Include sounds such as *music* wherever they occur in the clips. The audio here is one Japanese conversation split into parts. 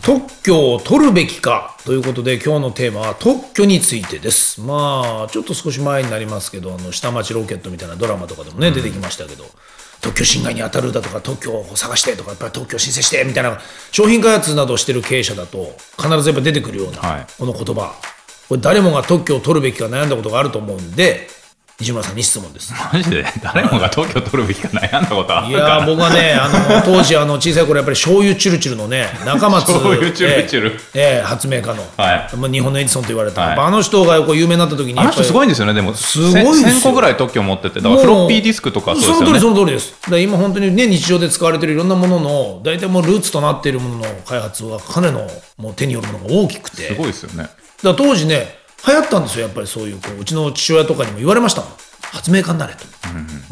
特許を取るべきかということで今日のテーマは特許についてですまあちょっと少し前になりますけどあの下町ロケットみたいなドラマとかでもね、出てきましたけど特許侵害に当たるだとか特許を探してとかやっぱり特許申請してみたいな商品開発などをしてる経営者だと必ずやっぱ出てくるような、はいこの言葉これ誰もが特許を取るべきか悩んだことがあると思うんで西村さんに質問ですマジで誰もが東京取るべきか悩んだことあいるかやー僕はね、あ *laughs* の当時あの小さい頃やっぱり醤油チュルチュルのね中松醤油チュルチュルええええ発明家の、はいまあ日本のエジソンと言われた、はいやっぱあの人がこう有名になった時にあの人すごいいんですよね、でも、すごいですよ1000個ぐらい特許持ってて、だからフロッピーディスクとかそうその通ですよりね。その通りですだから今本当にね日常で使われてるいろんなものの大体もうルーツとなっているものの開発は彼のもう手によるものが大きくてすごいですよね。だから当時ね流行ったんですよやっぱりそういうこううちの父親とかにも言われましたもん発明家になれと、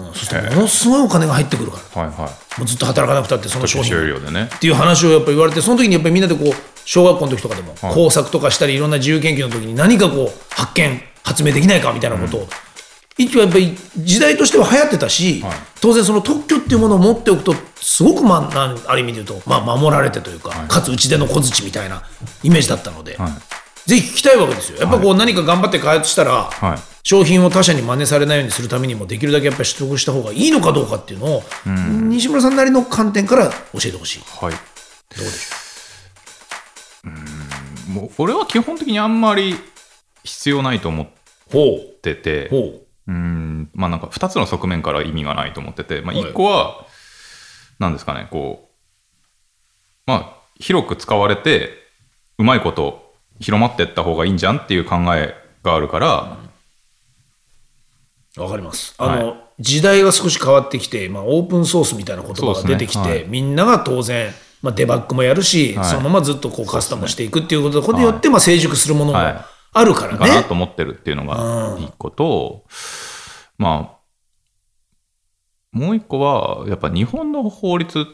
うんそしてものすごいお金が入ってくるからはいはもうずっと働かなくたってそのい。商品終了でね。っていう話をやっぱ言われてその時にやっぱりみんなでこう小学校の時とかでもい工作とかしたりいろんな自由研究の時に何かこう発見発明できないかみたいなことを、一応やっぱり時代としては流行ってたし、はい当然その特許っていうものを持っておくとすごく、まあ、なある意味で言うと、まあ、守られてというか、かつうちでの小槌みたいなイメージだったので、はい。ぜひ聞きたいわけですよやっぱこう何か頑張って開発したら、はい商品を他社に真似されないようにするためにもできるだけやっぱり取得した方がいいのかどうかっていうのを、西村さんなりの観点から教えてほしい。はい。うーん、もう俺は基本的にあんまり必要ないと思っほうてて、うほーん、まあなんか2つの側面から意味がないと思ってて、まあはい1個は、なんですかね、こう、まあ広く使われて、うまいこと広まってった方がいいんじゃんっていう考えがあるから、う。わかります。あはいの、時代が少し変わってきて、まあ、オープンソースみたいな言葉が出てきて、そうですねはいみんなが当然、まあ、デバッグもやるし、はいそのままずっとこうカスタムしていくっていうことで、これによってまあ成熟するものもはいあるからかね。なと思ってるっていうのが一個と、まあ、もう一個は、やっぱ日本の法律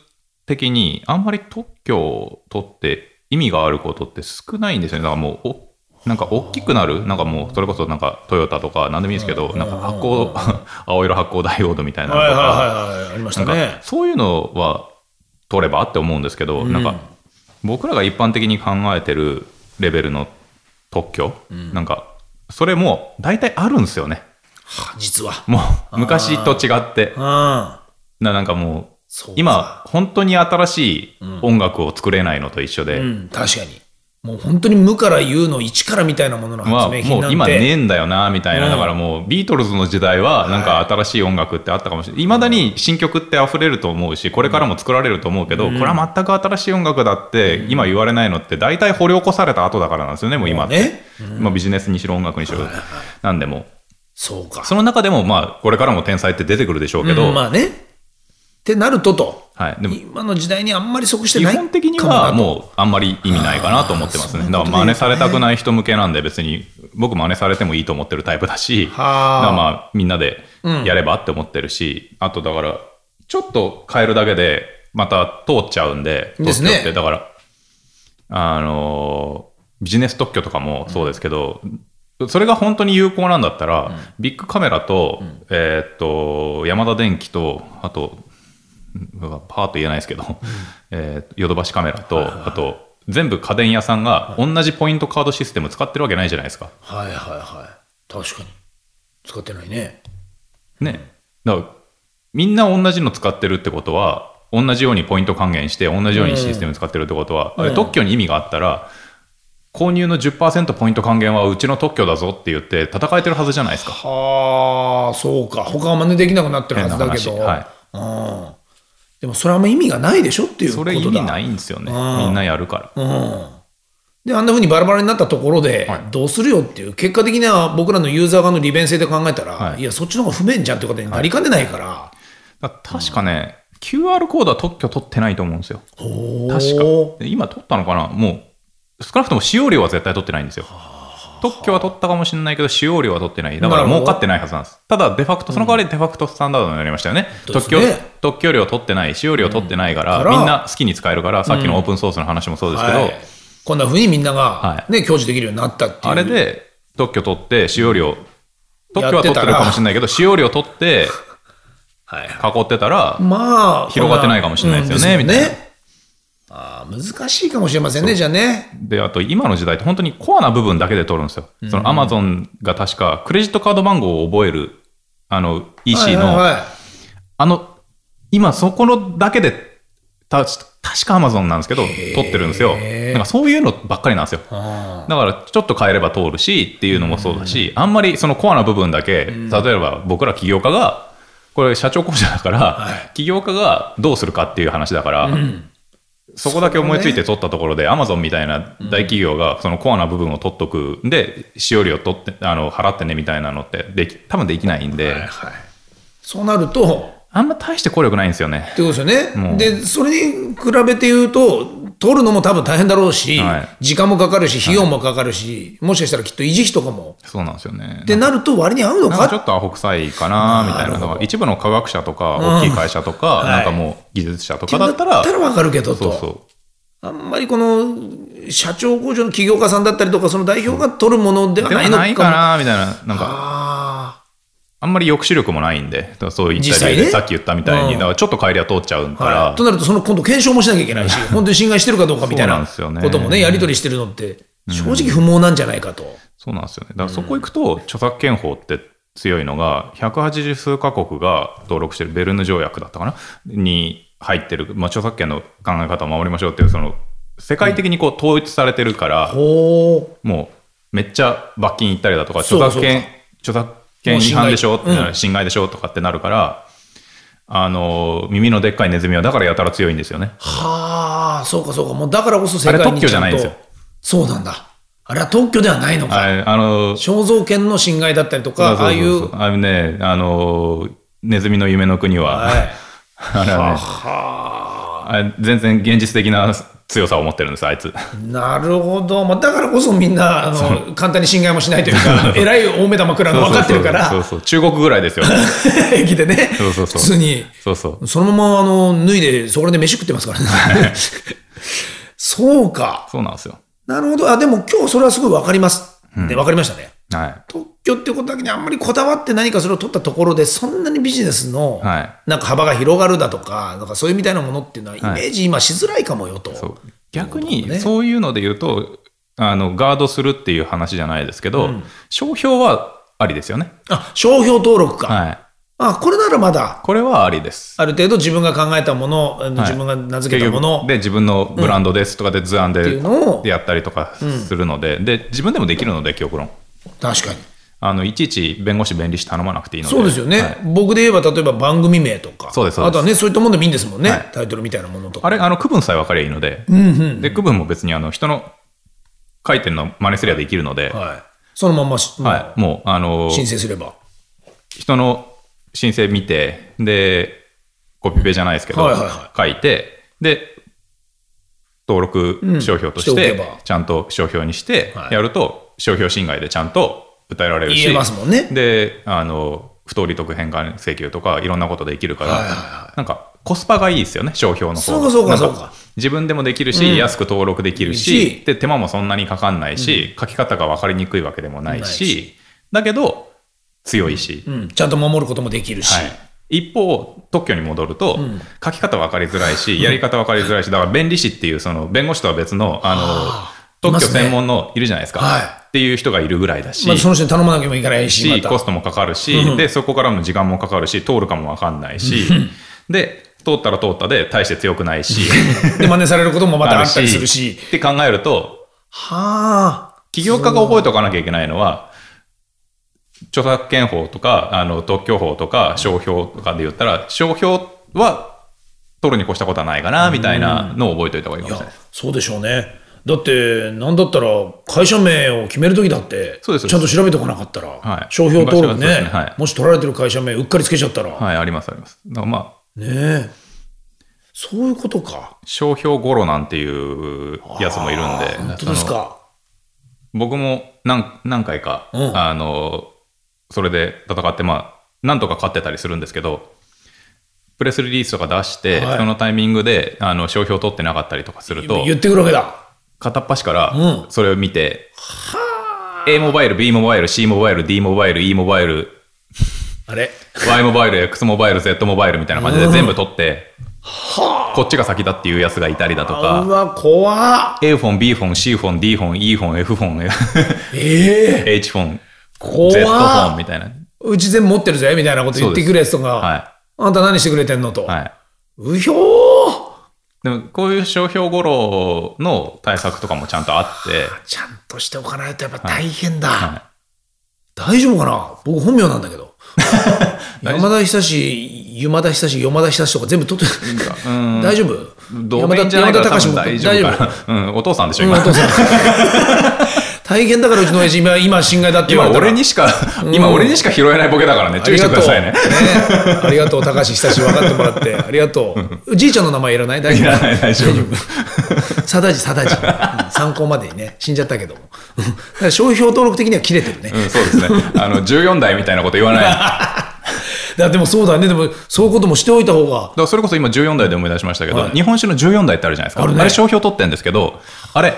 的に、あんまり特許を取って意味があることって少ないんですよね。だからもう、おなんか大きくなる、なんかもう、それこそなんかトヨタとか、なんでもいいですけど、なんか発光、青色発光ダイオードみたいなのはいとはいか、はいはい、ありましなたんかね。そういうのは取ればって思うんですけど、なんか僕らが一般的に考えてるレベルの特許、なんかそれも大体あるんですよね *laughs* は実は。もう昔と違ってうん。ななんかもそううか今本当に新しい音楽を作れないのと一緒で、うん、確かに。もう本当に無から有の一からみたいなもののまあ発明品もなうん今て、ねえんだよなみたいな、うんだからもうビートルズの時代はなんか新しい音楽ってあったかもしれないいまだに新曲って溢れると思うしこれからも作られると思うけど、これは全く新しい音楽だって今言われないのって大体掘り起こされた後だからなんですよねもう今って、ねまあ、ビジネスにしろ音楽にしろなんでもそうか。その中でもまあこれからも天才って出てくるでしょうけど、うんまあね。ってなるとと、はい、でも今の時代にあんまり即して基ない本的にかもなはともうあんまり意味ないかなと思ってますね。あーだから真似されたくない人向けなんで別に僕真似されてもいいと思ってるタイプだし、だかはあらまあみんなでやればって思ってるし、あとだからちょっと変えるだけでまた通っちゃうんで、ですね東京ってだから、あのービジネス特許とかもそうですけど、それが本当に有効なんだったら、ビッグカメラと、えーっと、山田電機と、あと、うんパーッと言えないですけど、 *laughs* えーヨドバシカメラと、あと、全部家電屋さんが同じポイントカードシステム使ってるわけないじゃないですか。はいはいはい。確かに。使ってないね。ね。だから、みんな同じの使ってるってことは、同じようにポイント還元して、同じようにシステム使ってるってことは、あれ特許に意味があったら、購入の10%ポイント還元はうちの特許だぞって言って戦えてるはずじゃないですか。はあ、そうか。他は真似できなくなってるはずだけど。変な話うん。でもそれはあんま意味がないでしょっていうこそとだ。れ意味ないんですよね。うんみんなやるから。うん。で、あんなふうにバラバラになったところでは、いどうするよっていう、結果的には僕らのユーザー側の利便性で考えたら、、はいいや、そっちの方が不便じゃんってことになりかねないから。だから確かね、QR コードは特許取ってないと思うんですよ。ほー確か。で今取ったのかなも少なくとも使用料は絶対取ってないんですよ。特許は取ったかもしれないけど、使用料は取ってない。だから儲かってないはずなんです。ただ、デファクト、その代わりデファクトスタンダードになりましたよね。うん特許ですね、特許料取ってない、使用料取ってないから、からみんな好きに使えるから、さっきのオープンソースの話もそうですけど、はいこんなふうにみんなが、はね、享受できるようになったっていう。あれで特許取って、使用料、特やってたら許は取ってるかもしれないけど、使用料取ってはいはい、囲ってたら、まあ、広がってないかもしれないですよねうんでみすたよいねああ、難しいかもしれませんね、じゃあね。で、あと今の時代って本当にコアな部分だけで取るんですよ。そのアマゾンが確かクレジットカード番号を覚える、あの EC はいの、はいはいあの、今そこのだけで、た確かアマゾンなんですけど、取ってるんですよ。へーなんかそういうのばっかりなんですよ。あだからちょっと変えれば通るしっていうのもそうだし、あんまりそのコアな部分だけ、例えば僕ら起業家が、これ社長講座だから、はい起業家がどうするかっていう話だから、あうんそこだけ思いついて取ったところで、アマゾンみたいな大企業がそのコアな部分を取っとくんで、使用料取ってあの払ってねみたいなのってでき、多分できないんで、はいはいそうなると、あんま大して効力ないんですよね。ってことですよもね。うで、それに比べて言うと、取るのも多分大変だろうし、はい時間もかかるし、費用もかかるし、もしかしたらきっと維持費とかも。そうなんですよね。ってなると、割に合うのなんかかちょっとアホ臭いかなみたいななるほのどが、一部の科学者とか、大きい会社とか、うんなんかもう技術者とかだったら、ってなったらわかるけどとそうそあんまりこの社長工場の起業家さんだったりとか、その代表が取るものでう。はでなもいのかもないかなみたいな、なんか、ああんまり抑止力もないんで、だからそういった理実際由ねで、さっき言ったみたいに、だからちょっと帰りは通っちゃうあ、かはらい。と、なると、その今度、検証もしなきゃいけない *laughs* し、本当に侵害してるかどうかみたいそうなんなですよねこともね、やり取りしてるのって、正直不毛なんじゃないかと。そうなんですよね。だからそこ行くと、著作権法って強いのが、180数カ国が登録してるベルヌ条約だったかなに入ってる、まあ、著作権の考え方を守りましょうっていう、その、世界的にこう統一されてるから、ほーもうめっちゃ罰金いったりだとか、そう著そう作権、著作権違反でしょってもう侵害なる侵害でしょとかってなるから、あの、耳のでっかいネズミはだからやたら強いんですよね。はあ、そうかそうか、もうだからこそ世界あれに特許じゃないんですよちゃとそうなんだ。あれは特許ではないのか。ああの、肖像権の侵害だったりとか、ああいそうそうう。そうあのね、あの、ネズミの夢の国は、はい。 *laughs* あれはね、あれ全然現実的な強さを持ってるんです、あいつ。なるほど、まあ、だからこそみんなあの簡単に侵害もしないと *laughs* いうか、えらい大目玉食らう *laughs* の分かってるかそうら、そうそう中国ぐらいですよ。 *laughs* 駅でね、そうそうそう普通に、そうそう。そのままあの脱いで、そこで飯食ってますからね。そうか、そうなんですよ。なるほど、あでも今日それはすごい分かります、で分かりましたね。は特許ってことだけにあんまりこだわって何かそれを取ったところで、そんなにビジネスのはいなんか幅が広がるだとか、なんかそういうみたいなものっていうのは、イメはいージ今しづらいかもよと。い。そう逆なるほどねに、そういうので言うと、あの、ガードするっていう話じゃないですけど、商標はありですよね。あ商標登録か、はい。あ、これならまだこれはありです。ある程度自分が考えたもの、あのはい自分が名付けたも結の局で、自分のブランドですとかで図っ案ていうでのを、やったりとかするので、で、自分でもできるので、極論。確かに。あの、いちいち弁護士、弁理士頼まなくていいので。そうですよね、はい僕で言えば、例えば番組名とか、そうですそうですあとはね、そういったものでもいいんですもんね、はいタイトルみたいなものとか。あれ、あの、区分さえ分かりゃいいので、で、区分も別に、あの、人の書いてるの真似すりゃできるので、ははい、そのまんまし、い、もう、あの、申請すれば。人の申請見て、で、コピペじゃないですけど、はいはいは書いて、で、登録商標とししてて、おけばちゃんと商標にしては、いやると、商標侵害でちゃんと訴えられるし、言えますもんねで、あの、不当利得返還請求とか、いろんなことできるから、はいはいはなんか、コスパがいいですよね、商標の方そうかそうかそうかなん自分でもできるし、安く登録できるいいししで、手間もそんなにかかんないし、書き方が分かりにくいわけでもないし、ないだけど、強いし、うん、ちゃんと守ることもできるし、はい、一方、特許に戻ると、書き方分かりづら *laughs* いし、やり方分かりづらいし、だから弁理士っていう、その弁護士とは別のあのいま特す許ね専門のいるじゃないですか、はいっていう人がいるぐらいだし、まあ、その人に頼まなきゃいけないし、しまコたストもかかるし、でそこからの時間もかかるし、通るかも分かんないし、で通ったら通ったで、大して強くないし、で真似されること *laughs* もまたあったりするし。って考えると、はあ、起業家が覚えておかなきゃいけないのは、著作権法とかあの特許法とか商標とかで言ったら、商標は取るに越したことはないかなみたいなのを覚えておいた方がいいかいもやしれないです。、そうでしょうね。だって、なんだったら、会社名を決めるときだって、ちそうゃでんすそうですと調べておかなかったら、はい商標登録ね昔はそうですねはいもし取られてる会社名、うっかりつけちゃったら、はい、ありますあります。だからまあねえそういうことか。商標ゴロなんていうやつもいるんであー本当ですそのか。僕も何何回か、うんあのそれで戦ってまあなんとか勝ってたりするんですけどプレスリリースとか出して、はいそのタイミングであの商標取ってなかったりとかすると言ってくるわけだ。片っ端からうんそれを見て、A モバイル B モバイル C モバイル D モバイル E モバイルあれ Y モバイル X モバイル Z モバイルみたいな感じで全部取って、こっちが先だっていうやつがいたりだとあうかわ、怖っ A フォン B フォン C フォン D フォン E フォン F フォンええ *laughs* H フォン怖っ Z フォンみたいなうち全部持ってるぜみたいなこと言ってくるやつとか、はあんた何してくれてんのと。い、はいうひょーでもこういう商標ごろの対策とかもちゃんとあって、ちゃんとしておかないとやっぱ大変だ。は大丈夫かな僕本名なんだけ *laughs* ど。山田久志、山田久志、山田久志とか全部取って、うん大丈夫同盟じゃないから多山田分隆大も大丈夫丈か夫な、うん、お父さんでしょうん今、お父さん大変だからうちの親父今、今、侵害だって言わ今れたら俺にしか、今俺にしか拾えないボケだからね、注意してくださいね。 *laughs* ありがとう。ねありがとう、高橋久志、分かってもらって。ありがとう。じいちゃんの名前いらない大い丈らない、大丈夫。夫。サダジ、サダジ。うん参考までにね、死んじゃったけども。うんだから商標登録的には切れてるね。うん、そうですね。 *laughs* あの、14代みたいなこと言 *laughs* わない。だかだでもそうだね。でも、そういうこともしておいた方が。らそれこそ今14代で思い出しましたけど、はい日本酒の14代ってあるじゃないですか。ああるねれ商標取ってんですけど、あれ、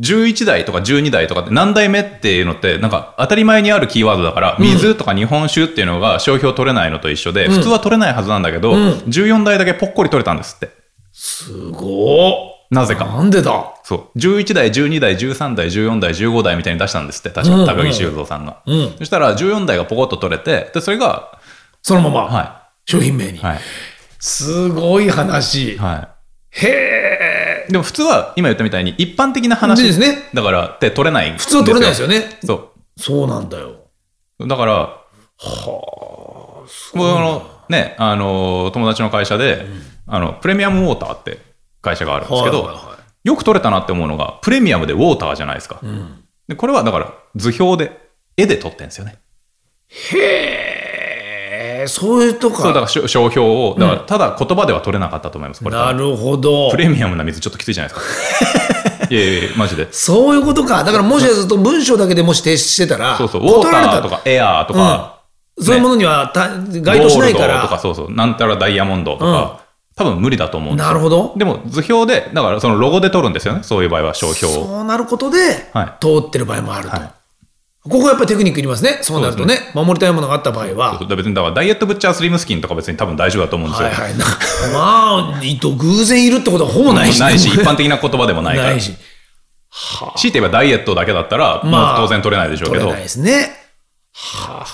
11代とか12代とかって何代目っていうのって、なんか当たり前にあるキーワードだから、水とか日本酒っていうのが商標取れないのと一緒で、普通は取れないはずなんだけど、14代だけぽっこり取れたんですって。すごーなぜか。なんでだそう。11代、12代、13代、14代、15代みたいに出したんですって、確うんうか、ん高木修造さんが。うんそしたら、14代がポコッと取れて、で、それが、そのまま、は商品名に、い。はい。すごい話。はへえ。い。でも、普通は、今言ったみたいに、一般的な話。ですね。だから、って取れない。普普通は取れないですよね。ね。そそうなんだよ。う。だから、僕の、ね、あの、友達の会社で、あの、プレミアムウォーターって会社があるんですはけいはいど、はよく取れたなって思うのが、プレミアムでウォーターじゃないですか。いうんで、これは、だから、図表で、絵で取ってんですよね。へえ、そういうとそうだかか。らしょ商標を、だからただ言葉では取れなかったと思います、これなるほどプ。レミアムな水、ちょっときついじゃないで *laughs* すか。いやいやいや、マジで。そういうことか。だからもしかすると文章だけでもし提出してたら、そうそう、ウォー断タられたーとかエアーとか、うんそういうものにはた該当しゴーなルいドから。とか、そうそう、なんたらダイヤモンドとか、多分無理だと思うんですよなるほど。でも図表で、だからそのロゴで取るんですよね、そういう場合は商標を。そうなることで、は通ってる場合もあると。はいここはやっぱりテクニックいりますね。そうなるとね、守りたいものがあった場合そうはそ。うだから別にだからダイエットブッチャースリムスキンとか別に多分大丈夫だと思うんですよ。はいはい。なまあ、いと偶然いるってことはほぼないし、ないし、一 *laughs* 般的な言葉でもないから。ない強し。はあいて言えばダイエットだけだったら、まあもう当然取れないでしょうけ取れど。ないですね。はあは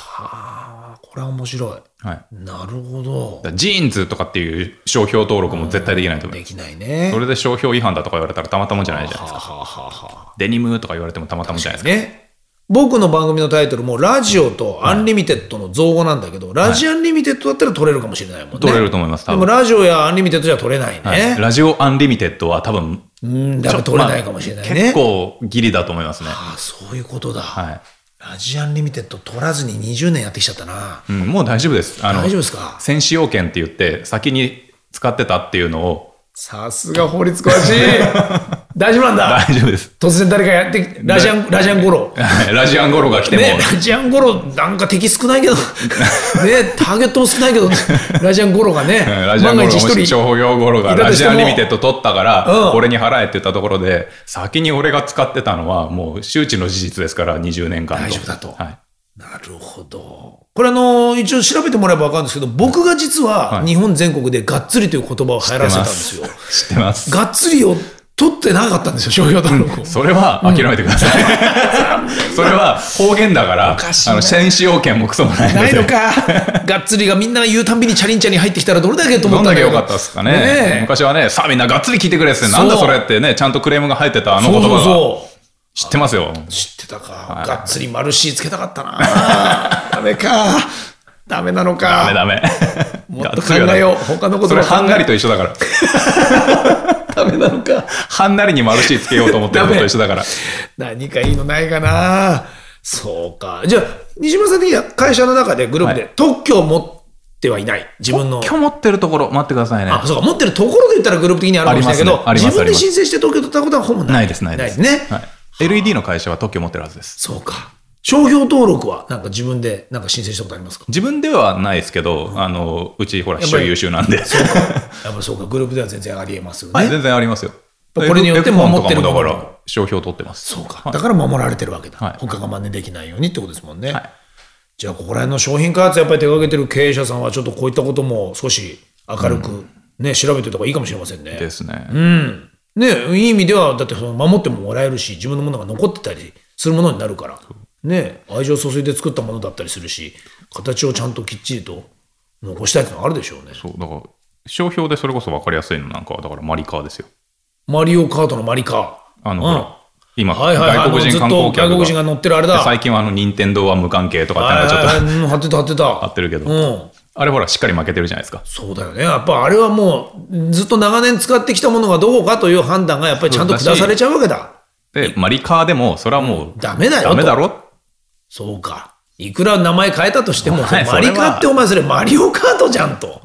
あ、これは面白い。はいなるほどだか。らジーンズとかっていう商標登録も絶対できないと思うで。きないね。 *laughs* それで商標違反だとか言われたらたまたまじゃないじゃないはですあか。はあはあはデニムとか言われてもたまたまじゃないあですか。ね。僕の番組のタイトルもラジオとアンリミテッドの造語なんだけど、ラジアンリミテッドだったら取れるかもしれないもんね。取れると思います、で多も分。ラジオやアンリミテッドじゃ取れないね。はいラジオアンリミテッドは多分、うん、だから取れないかもしれないまあね。結構ギリだと思いますね。ああ、そういうことだ。はい。ラジアンリミテッド取らずに20年やってきちゃったな。うん、もう大丈夫です。あの大丈夫ですか先使用権って言って、先に使ってたっていうのを、さすが法律詳 *laughs* しい。大丈夫なんだ。大丈夫です。突然誰かやってきラジアン、ラジアンゴロ。はいラジアンゴロが来ても、ね、ラジアンゴロ、なんか敵少ない *laughs* けど、ね、ターゲットも少ないけど、ラジアンゴロがね *laughs* うん、ラジア万ンゴがロ一も一人、し商標ゴロがいたラとしてジもアンリミテッド取ったから、うん俺に払えって言ったところで、先に俺が使ってたのは、もう周知の事実ですから、20年間の。大丈夫だとはい。なるほど。これあの、一応調べてもらえば分かるんですけど、僕が実ははい日本全国でがっつりという言葉を流行らせたんですよ。知ってます。がっつりを取ってなかったんですよ、商標登録を。 *laughs* それは諦めてく *laughs* ださい。それは方言だから、かしいねあの、先使用権もクソもない *laughs* のないで。の *laughs* か。がっつりがみんなが言うたんびにチャリンチャリン入ってきたらどれだけと思どっんたんだだけけど良かったですかねねえ昔はね、さあみんながっつり聞いてくれっすね。そうなんだそれってね、ちゃんとクレームが入ってたあの言葉が。そうそうそう。知ってますよ。知ってたか。いがっつりマルシーつけたかった *laughs* な。ダメか。ダメなのダか。メダメ。 *laughs* もっと考えよう。他のこそとれもハンガリとと一緒だから。ダメなのか。ハンナリにマルシーつけようと思ってるのと一緒 *laughs* だから。何かいいのないかな。そうか。じゃあ、西村さん的には会社の中でグループで特許を持ってはいない。自分の。特許持ってるところ、待ってくださいね。あ、そうか、持ってるところで言ったらグループ的にあるかもしれないけど、ありますねあります自分で申請して東京取ったことはほぼない。ないです、ないです。ね。はい、LED の会社は特許持ってるはずです。そうか。商標登録は、なんか自分で、なんか申請したことありますか自分ではないですけど、あのうち、ほら、やっぱ秘書り優秀なんで、やっぱりそうか、グループでは全然ありえますよはいね。全然ありますよ。これによってエコエコフォン守ってるとかもだもかのら、商標取ってます。そうか。はいだから守られてるわけだ。はい他が真似できないようにってことですもんね。はいじゃあ、ここら辺の商品開発やっぱり手掛けてる経営者さんは、ちょっとこういったことも少し明るく、ね、調べておいた方がいいかもしれませんね。ですね。うん。ね、いい意味では、だってその守ってももらえるし、自分のものが残ってたりするものになるから、ね、愛情注いで作ったものだったりするし、形をちゃんときっちりと残したいってのはあるでしょうね。そうだから商標でそれこそ分かりやすいのなんかはだからマリカーですよ。マリオカートのマリカー。あの、うんほら今、はいはいはい外国人観あのずっ光客と外国人が乗ってるあれだで最近はあの任天堂は無関係とかってはないんかちょっと、はいはい、うん貼ってた貼ってた。合ってるけどうん。あれほらしっかり負けてるじゃないですか。そうだよね。やっぱあれはもう、ずっと長年使ってきたものがどこかという判断がやっぱりちゃんと下されちゃうわけだ。でマリカーでもそれはもうダメだよとダメだろそうか。いくら名前変えたとしても、お前マリそれカはってお前それマリオカートじゃんと。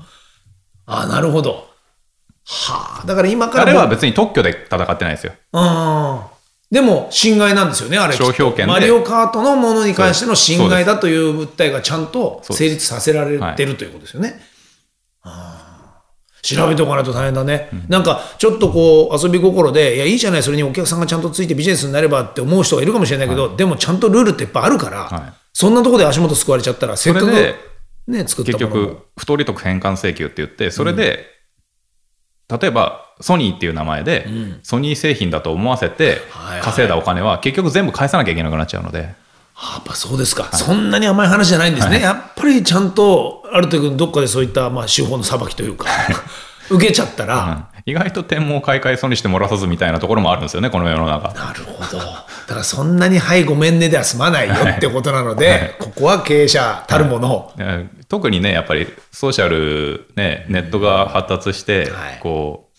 ああ、なるほど。はあ。だから今かあらもれは別に特許で戦ってないですよ。うん。でも、侵害なんですよね、あれ。商標権でマリオカートのものに関してのそう侵害だという訴えがちゃんと成立させられそうてでるということですよね。あー調べておかないと大変だね。なんか、ちょっとこう、遊び心で、いや、いいじゃない、それにお客さんがちゃんとついてビジネスになればって思う人がいるかもしれないけど、でもちゃんとルールっていっぱいあるから、はいそんなところで足元すくわれちゃったら、せっかくそれでね、作った結ものも局不当利得返還請求って言ってそれで、例えばソニーっていう名前で、んソニー製品だと思わせてはいはい稼いだお金は結局全部返さなきゃいけなくなっちゃうので。あやっぱそうですか、そんなに甘い話じゃないんですね、やっぱりちゃんとある時どっかでそういったまあ司法の裁きというか *laughs* 受けちゃったら、意外と天網買い替え損にして漏らさずみたいなところもあるんですよね、この世の中。なるほどだからそんなに「はいごめんね」では済まないよってことなので、はいここは経営者たるもの、えー特にね、やっぱりソーシャル、ね、ネットが発達して、はいこ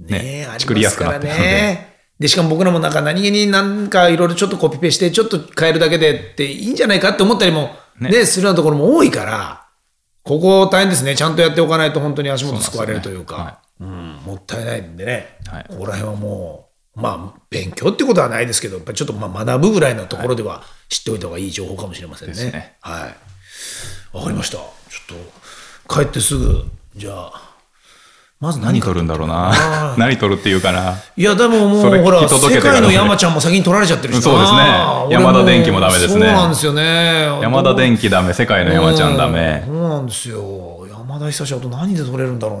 ねねあり作りまやすすかくらなってるのでね。でしかも僕らもなんか何気になんかいろいろちょっとコピペしてちょっと変えるだけでっていいんじゃないかって思ったりも、ねねするようなところも多いからここ大変ですねちゃんとやっておかないと本当に足元救われるというかうんもったいないんでね、はいここら辺はもうまあ勉強ってことはないですけどやっぱりちょっとまあ学ぶぐらいのところでは知っておいた方がいい情報かもしれませんね。ですねはいわかりましたちょっと帰ってすぐじゃあまずう、何取るんだろうな。何取るっていうかな。いや、でももう、それほら、聞き届世けてから界のね山ちゃんも先に取られちゃってるしなそうですね俺も山田電機もダメですねそうなんですよね。山田電機ダメ、世界の山ちゃんダうメ。そうなんですよ。山田久志はあと何で取れるんだろ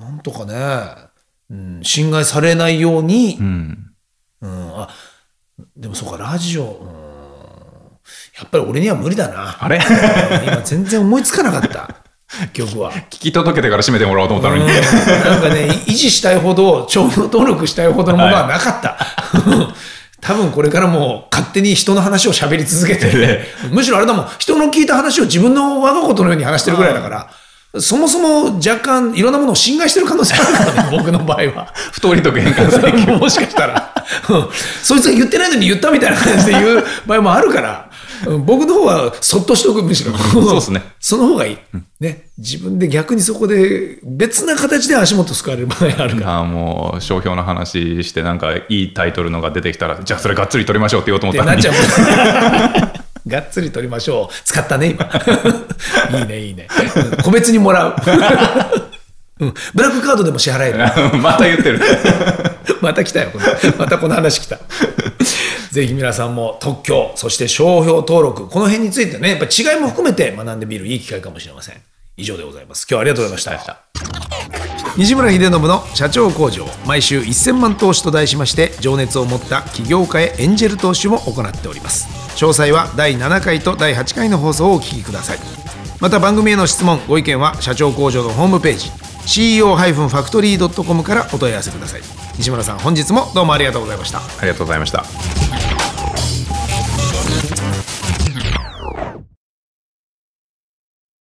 うな。なんとかね、うん、侵害されないようにう、ん。うん、あ、でもそうか、ラジオ、うん、やっぱり俺には無理だな。あれ *laughs* 今全然思いつかなかった、曲 *laughs* は。聞き届けてから締めてもらおうと思ったのに。うんなんかね、維持したいほど、商標登録したいほどのものはなかった。 *laughs* 多分これからも勝手に人の話を喋り続けてね、むしろあれだもん、人の聞いた話を自分の我がことのように話してるぐらいだから、そもそも若干いろんなものを侵害してる可能性あるからね、僕の場合は。不当利得返還請求。 *laughs* もしかしたら、うんそいつが言ってないのに言ったみたいな感じで言う場合もあるから、うん僕の方はそっとしとく、むしろ。そうですね。 *laughs* その方がいい。ね。自分で逆にそこで別な形で足元すくわれる場合があるから。あーもう商標の話してなんかいいタイトルのが出てきたらじゃあそれがっつり取りましょうって言おうと思っってたなのっにちゃう。 *laughs* がっつり取りましょう。使ったね、今。いい *laughs* ね、いいね。うん個別にもらう。 *laughs* うんブラックカードでも支払える。 *laughs* また言ってる *laughs* また来たよ、このまたこの話来 *laughs* た。ぜひ皆さんも特許、そして商標登録、この辺についてね、やっぱ違いも含めて学んでみるいい機会かもしれません。以上でございます。今日はありがとうございました。西村秀信の社長工場毎週1000万投資と題しまして情熱を持った起業家へエンジェル投資も行っております詳細は第7回と第8回の放送をお聞きくださいまた番組への質問ご意見は社長工場のホームページ CEO-factory.com からお問い合わせください西村さん本日もどうもありがとうございましたありがとうございました